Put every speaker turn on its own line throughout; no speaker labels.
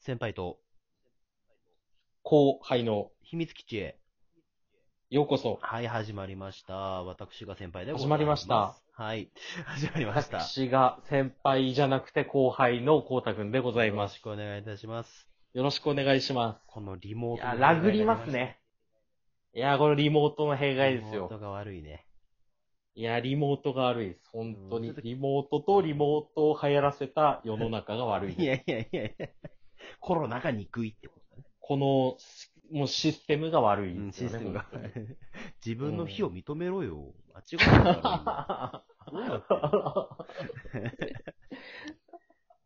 先輩と
後輩の
秘密基地へ、
ようこそ。
はい、始まりました。私が先輩でござい
始まりました。
はい、始まりました。よ
私が先輩じゃなくて後輩のこうたくんでござい
ろ
ま
し
す。
くお願いいたします。
よろしくお願いしま
このリ
す。
モ
い
ート
や、
の
ラグりますね。いや、このリモートの弊
弊害
害
になりました。
ですよ。
リモートが悪いね。
いや、リモートが悪いです。本当
うん
に
ちょっ。と
リモートとリモートを流行らせた世の中が悪い
い
です。
やいやいやいや。コロナが憎いってこ
この、もうシステムが悪
と、
い
うん、
です
シ
よ
ス
ね。
テムが
本当に。
自分の非を認めろよ。あっちがだから みんな。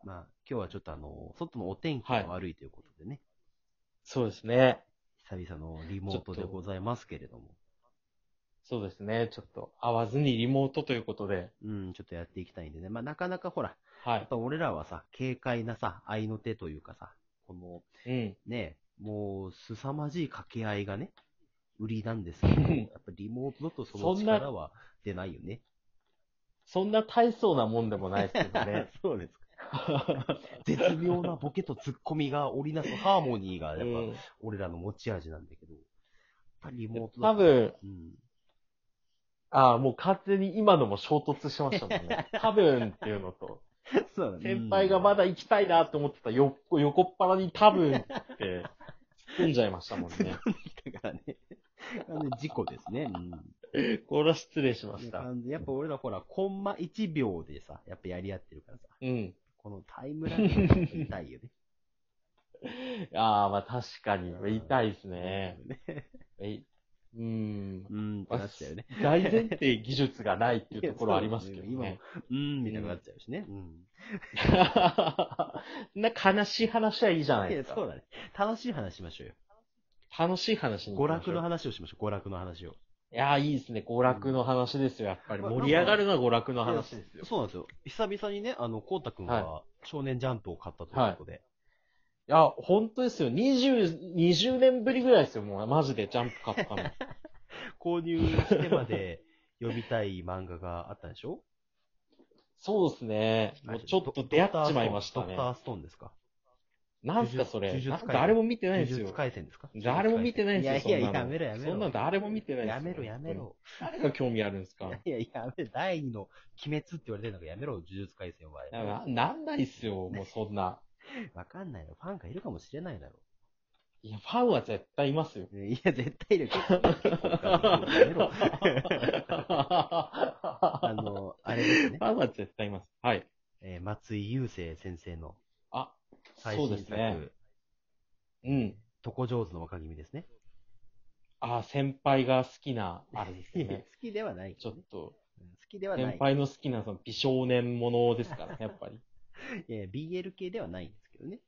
まあ、今日はちょっとあの、外のお天気が悪いということでね、
そうですね。
久々のリモートでございますけれども、
そうですね。ちょっと、会わずにリモートということで。
うん、ちょっとやっていきたいんでね。まあ、なかなかほら、
は
やっぱ俺らはさ、軽快なさ、合いの手というかさ、この、
い。うん。
ね、もう、凄まじい掛け合いがね、売りなんですけど、やっぱリモートだとその
そんな
力は出ないよね。
そんな大層なもんでもないですけど ね。
そうですか。 絶妙なボケとツッコミが織りなすハーモニーが、や
う
っぱ、
ん
俺らの持ち味なんだけど、やっぱリモート
多
だと、
分、
うん、
ああ、もう完全に今のも衝突しましたもん ね。多分っていうのと、
そうだね
先輩がまだ行きたいなと思ってた横横っ腹に多分って突っ込んじゃいましたもん ね。
だからね。完全に事故ですね。うん。
これは失礼しました。
完全にやっぱ俺らほら、コンマ1秒でさ、やっぱやり合ってるからさ、
うん。
このタイムラグがやっぱ痛 いよね。
ああ、まあ確かに、痛いですね。えうん。
うん、ってなっちゃうよね。
大前提技術がないっていうところありますけど
いや
ね。
うん、みたいになっちゃうしね。うん。
そんな悲しい話はいいじゃない
い
で
や
すか
そ。うだね。楽しい話しましょうよ。
楽しい話に行
娯
きましょう。
楽の話をしましょう、娯楽の話を。
いやー、いいですね。娯楽の話ですよ、やっぱり。
まあ
盛り上がるのは娯楽の話ですよ。
そうなんですよ。久々にね、あの、こうたくんが少年ジャンプを買ったということで。
いや、本当ですよ。20、20年ぶりぐらいですよ、もう。マジでジャンプ買 ったの。
購入してまで読みたい漫画があったんでしょ
そうですね。もうちょっと出会っちまいました
ド
ね
クタ。ーストーンですか
なんすか、そ
呪
れ。
術
なん
廻
か
戦
誰も見てない
呪
です
術
よ。
廻戦ですか
誰も見てないですよ、
いやいや、
そんな
や
の
めろやめろ。
そんなの誰も見てないですよ
やめろやめろ。
誰が興味あるんですか。
いやいや、やめろ。第二の鬼滅って言われてるのがやめろ、呪術廻戦 は。
ななんないっすよ、もうそんな。
わかんないの。ファンがいるかもしれないだろ
いや、ファンは絶対いますよ。
う。いや、絶対いる。結構 結構やめろ。あ
フ
の、あれですね。
ァンは絶対います。はい。
えー松井雄生先生の
あ、
最
そう
新
です
作、
ね。うん。
トコジョーズの若君ですね。
あー、先輩が好きな、あれです
いや好
ね。
きではない。
ちょっと、
うん好きではない
先。輩の好きな、その、美少年ものですからね、やっぱり。
いや BL 系ではないんですけどね。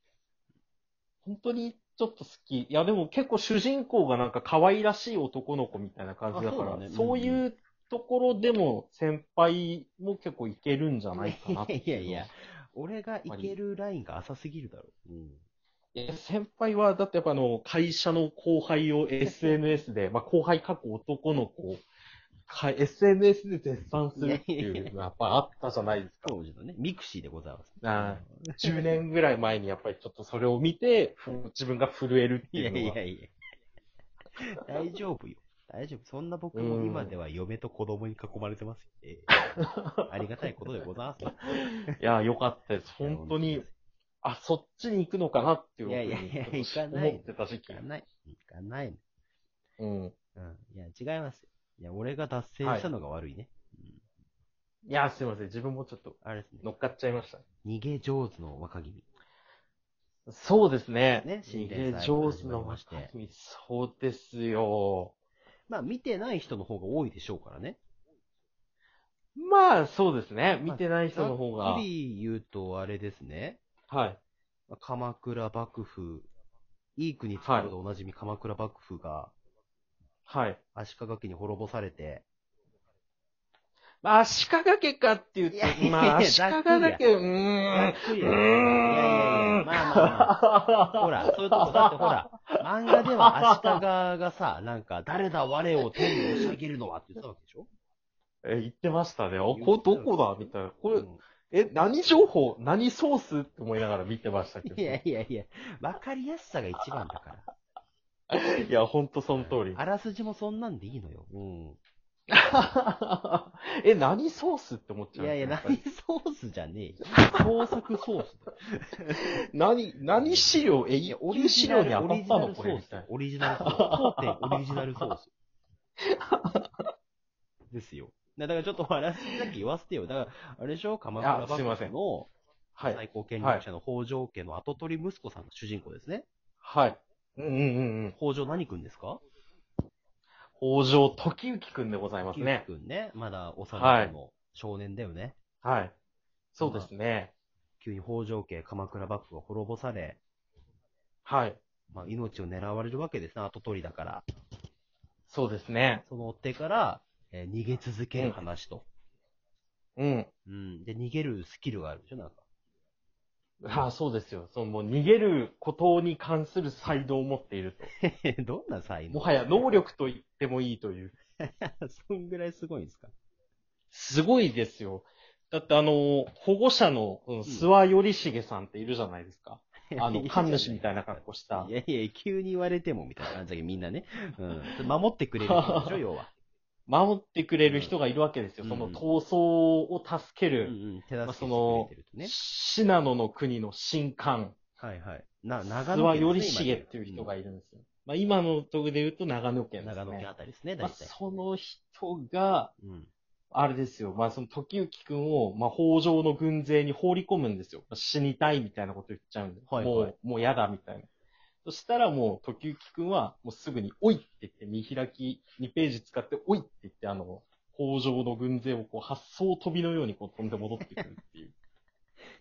本当に、ちょっと好き。いや、でも結構主人公がなんか可愛らしい男の子みたいな感じだか
あ
ら、
そ
そうう,、
だね
いううところでも、先輩も結構いけるんじゃないかなってう
いやいや。俺がいけるラインが浅すぎるだろう。うん。
いや先輩は、だってやっぱあの、会社の後輩を SNS で、まあ後輩過去男の子を、か SNS で絶賛するっていうのがやっぱあったじゃないですか。
当時のね、ミクシーでございます。
ああ10年ぐらい前にやっぱりちょっとそれを見て、ふ自分が震えるって
い
い
や
うのが。
いやいや。大丈夫よ。大丈夫。そんな僕も今では嫁と子供に囲まれてますよ。ええありがたいことでございます。
いや、よかったです。本当に、あ、そっちに行くのかなっていうふう
いやいやいや
にちょっと思ってた時期
行。かない。行かない。
うん。
うん。いや、違いますよ。いや、俺が脱線したのが悪いね。
いや、すいません。自分もちょっと
あれですね。
乗っかっちゃいました。
逃げ上手の若君。
そうですね。
ね新
逃
連載
げ上手
始まり
の
まして
若君そうですよ。
まあ、見てない人の方が多いでしょうからね。
まあ、そうですね。見てない人の方
は
が
っ。きり言うと、あれですね。
はい。
まあ鎌倉幕府、いい国作るでおなじみ鎌倉幕府が
はい。
足利家に滅ぼされて、
まあ、足利家かっていうと
いやいやい、や
まあ、足利
ざっくりや
だけ、うーん。
いやいやいやまあまあま あ。ほら、そういうとこだってほら、漫画では足利がさ、なんか、誰だ我を天に押し上げるのはって言ってたわけでしょ
え、言ってましたね。あ、これどこだみたいな。これ、え、何情報何ソースって思いながら見てましたけど。
いやいやいや、わかりやすさが一番だから。
いや、ほんとその通り。
あらすじもそんなんでいいのよ。うん。
え、何ソースって思っちゃう。
いやいや、
っ
何
ぱり
ソースじゃねえよ。
創作ソースだよ。何、何資料え、いや、俺資料に当たったのこれみたいな。
オリジナルソース。当店オリジナルソ ース。ですよ。だからちょっと話さっき言わせてよ。だから、あれでしょ鎌倉
あすいませ
幕
ん
府の
はい。
最高権力者の北条家の跡取り息子さんが主人公ですね。
はい。うんうんうんうん。
北条何君ですか
北条時行くんでございますね。
君ね。まだ幼い頃の少年だよね。
はい。そうですね。
急に北条家、鎌倉幕府が滅ぼされ、
はい。
まあ、命を狙われるわけですね。跡取りだから。
そうですね。
その追っ手から、えー逃げ続ける話と。
うん。
うん。で、逃げるスキルがあるでしょなんか。
ああ、そうですよ。そのもう逃げることに関する才能を持っていると。
どんな才能
もはや能力と言ってもいいという。
そんぐらいすごいんですか
すごいですよ。だってあの、保護者の、うん、諏訪頼重さんっているじゃないですか。あの、神主みたいな格好した
い。やいや、急に言われてもみたいな感じだけど、みんなね。 うん。守ってくれる人でしょ、要は。
守ってくれる人がいるわけですよ。
うん
その闘争を助け
うんう
る、
ん。手助けして
そ
く
の
れてるとね。
信濃の国の神官、
はいはい。な、長
諏訪
野県
頼
ですね、
重っていう人がいるんですよ。まあ今のとこで言うと長野
今
県ですね。
長野県あたりですね、
まあ
大体。
その人が、
うん。
あれですよ。まあ、その、時行くんを、まあ、北条の軍勢に放り込むんですよ。死にたいみたいなこと言っちゃうんで。
はいはい
もう、もう嫌だみたいな。そしたらもう、時行くんは、もうすぐに、おいって言って、見開き2ページ使って、おいって言って、あの、北条の軍勢をこう、発想飛びのようにこう、飛んで戻ってくるっていう。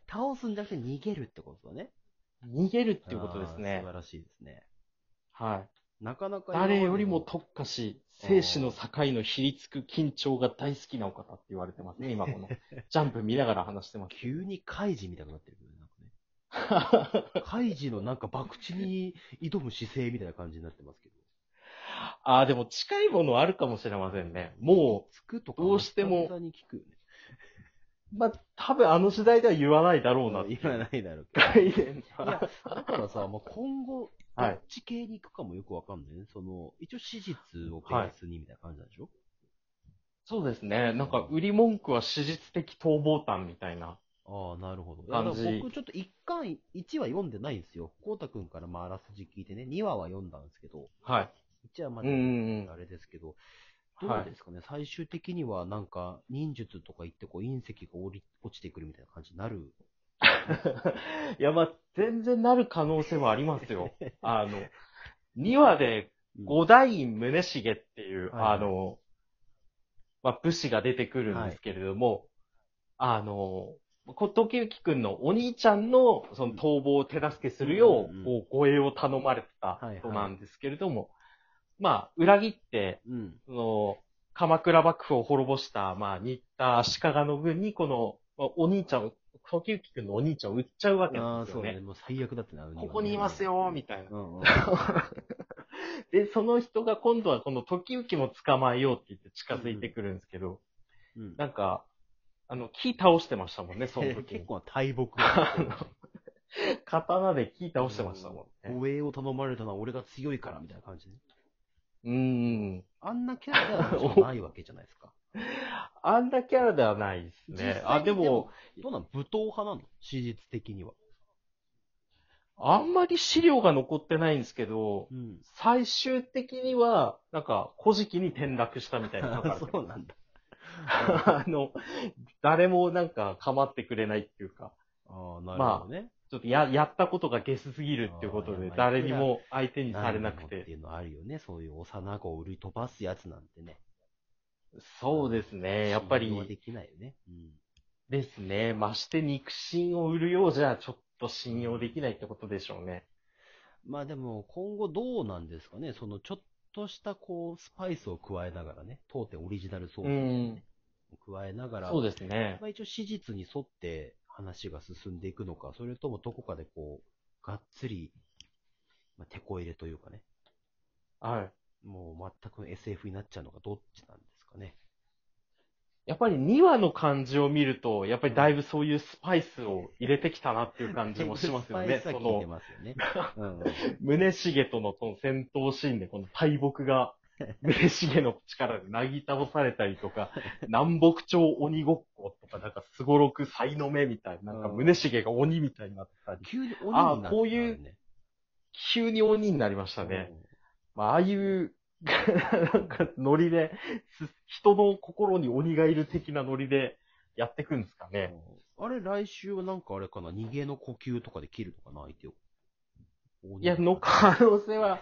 倒すんじゃなくて逃げるってことだね。
逃げるっていうことです
あー
ね
素。晴らしいですね。
はい。
なかなか今まで
誰
の
よりも特化し、生死の境のひりつく緊張が大好きなお方って言われてますね。今この、ジャンプ見ながら話してます。
急にカイジみたいになってるけど ねなんかね。カイジのなんか博打に挑む姿勢みたいな感じになってますけど。
ああ、でも近いものはあるかもしれませんね。も
つくとか、
どうしても
久々に聞くよね。
う、まあ、多分あの時代では言わないだろうなって。
言わないだろう け
概念
ど。い
は
や、だからさ、まあ、今後、ど
はい
っち系に行くかもよくわかんないね。その、一応史実をベースにみたいな感じなんでしょ、
そうですね。なんか、売り文句は史実的逃亡譚みたいな。
ああ、なるほど。いや、だ
感
か
じ
ら僕ちょっと一巻、一は読んでないんですよ。こうたくんからまああらすじ聞いてね、二話は読んだんですけど、
はい。
一はま
う
だ
んうん
あれですけど、
うん。
ど
は
う
い
で。すかね、最終的にはなんか、忍術とか言ってこう隕石が降り落ちてくるみたいな感じになる。
いや、まあ、全然なる可能性はありますよ。あの、2話で五代院宗茂っていう、
はいはい
あの、まあ、武士が出てくるんですけれども、あの、こ時行くんのお兄ちゃんのその逃亡を手助けするよ
うんうんう
う、
ん
こう護衛を頼まれてた
はいはい
人なんですけれども、まあ、裏切って、
うん。
その、鎌倉幕府を滅ぼした、まあ、新田足利の軍に、この、まあお兄ちゃんを、時行くんのお兄ちゃんを売っちゃうわけな
あ
ん
あ、
です
そ
よ
うね。
ね。
もう最悪だってなる。
ここにいます。よ、みたいな。
うんうん。
で、その人が今度はこの時行も捕まえようって言って近づいてくるんですけど、
うん
なんか、あの、木倒してましたもんね、その時
結。構大木。
刀で木倒してましたも んね。
護衛を頼まれたのは俺が強いからみたいな感じで。
うーん。
あんなキャラではないわけじゃないです か。
あんなキャラではないです
実際
ね
に。
あ、でも、
どうなの武闘派なの史実的には。
あんまり資料が残ってないんですけど、
うん。
最終的には、なんか、古事記に転落したみたいなのがある。
そうなんだ。
あの、誰もなんか構ってくれないっていうか。
ああ、なるほどね。
ちょっとや、やったことがゲスすぎるっていうこと
あー
で
まあ、
誰にも相手にされなく
何なのって
て。
いうのあるよね。そういう幼子を売り飛ばすやつなんてね。
そうですね。やっぱ
信用で
り、
きないよね。うん。
ですね。まして肉親を売るようじゃ、ちょっと信用できないってことでしょうね。
まあでも、今後どうなんですかね、そのちょっとしたこう、スパイスを加えながらね、当店オリジナルソ
う
ー
ん。
スを加えながら、
そうですね。
まあ一応史実に沿って話が進んでいくのか、それともどこかでこう、がっつり、まあ、手こ入れというかね、
はい。
もう全く SF になっちゃうのかどっちなんですかね。
やっぱり2話の感じを見ると、やっぱりだいぶそういうスパイスを入れてきたなっていう感じもしますよね。
スパ
そ
イスは効い
の
て、ますよね。うん。
宗茂とのその戦闘シーンで、この大木が、宗茂の力でなぎ倒されたりと か、南北朝鬼ごっことか、なんかすごろく才の目みたいな、なんか宗茂が鬼みたいになったり、
急に鬼に
あ
な
あ
った
こういう
ね。
急に鬼になりましたね。まあ、ああいう、 なんか、ノリで、す人の心に鬼がいる的なノリでやってくんですか
うん
ね。
あれ、来週はなんかあれかな、逃げの呼吸とかで切るとかな、相手を。
いや、の可能性は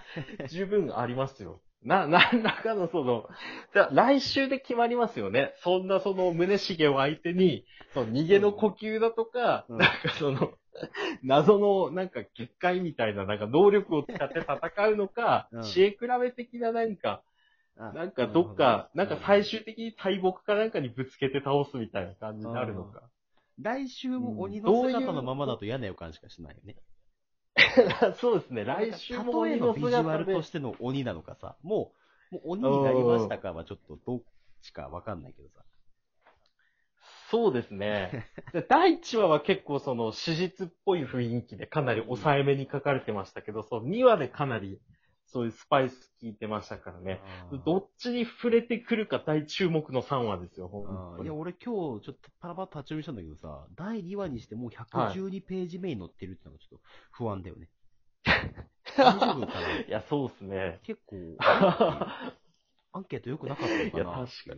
十分ありますよ。 な、なんらかのその、じゃあ来週で決まりますよね。そんなその宗茂を相手に、その逃げの呼吸だとか、
うん
なんかその、謎のなんか結界みたいななんか能力を使って戦うのか、
うん
知恵比べ的ななんか、
あ
なんかどっか、な
な
ん
る
か
ほど
最終的に大木かなんかにぶつけて倒すみたいな感じになるのか。
来週も鬼
う
の
んどういう
姿のままだと嫌な予感しかしないよね。
そうですね、来週も鬼の
例えのビジュア
姿
ル
で
と。しての鬼なのかさ、もう、もう鬼になりましたかはちょっとどっちかわかんないけどさ。
そうですね。で第1話は結構その史実っぽい雰囲気でかなり抑えめに書かれてましたけ ど、その2話でかなりそういうスパイス効いてましたからね。どっちに触れてくるか大注目の3話ですよ、
あ
本
ー
当
いや、
に。
俺今日ちょっとパラパラ立ち読みしたんだけどさ、第2話にしてもう112ページ目に載ってるってのがちょっと不安だよね。大丈夫か ない
や、そうですね。
結構、 アンケート良くなかったのかな。
いや確か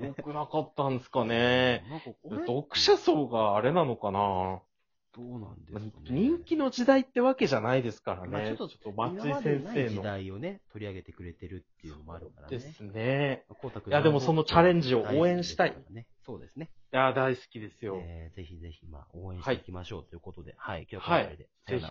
に良くなかったんですか ね。
なんかこれ
読者層があれなのかな
どうなんですかね。
人気の時代ってわけじゃないですからね。
まあちょっと
松井先
今までない
生
時
の。
代をね、取り上げてくれてるっていうのもあるからね。
ですね。
光太君
いやでもそのチャレンジを応援したい
大好きですからねそうですね。
いや、大好きですよ。
えーぜひぜひ、まあ、応援していきましょうということで、はい、今日はこの辺りで。
ぜひ。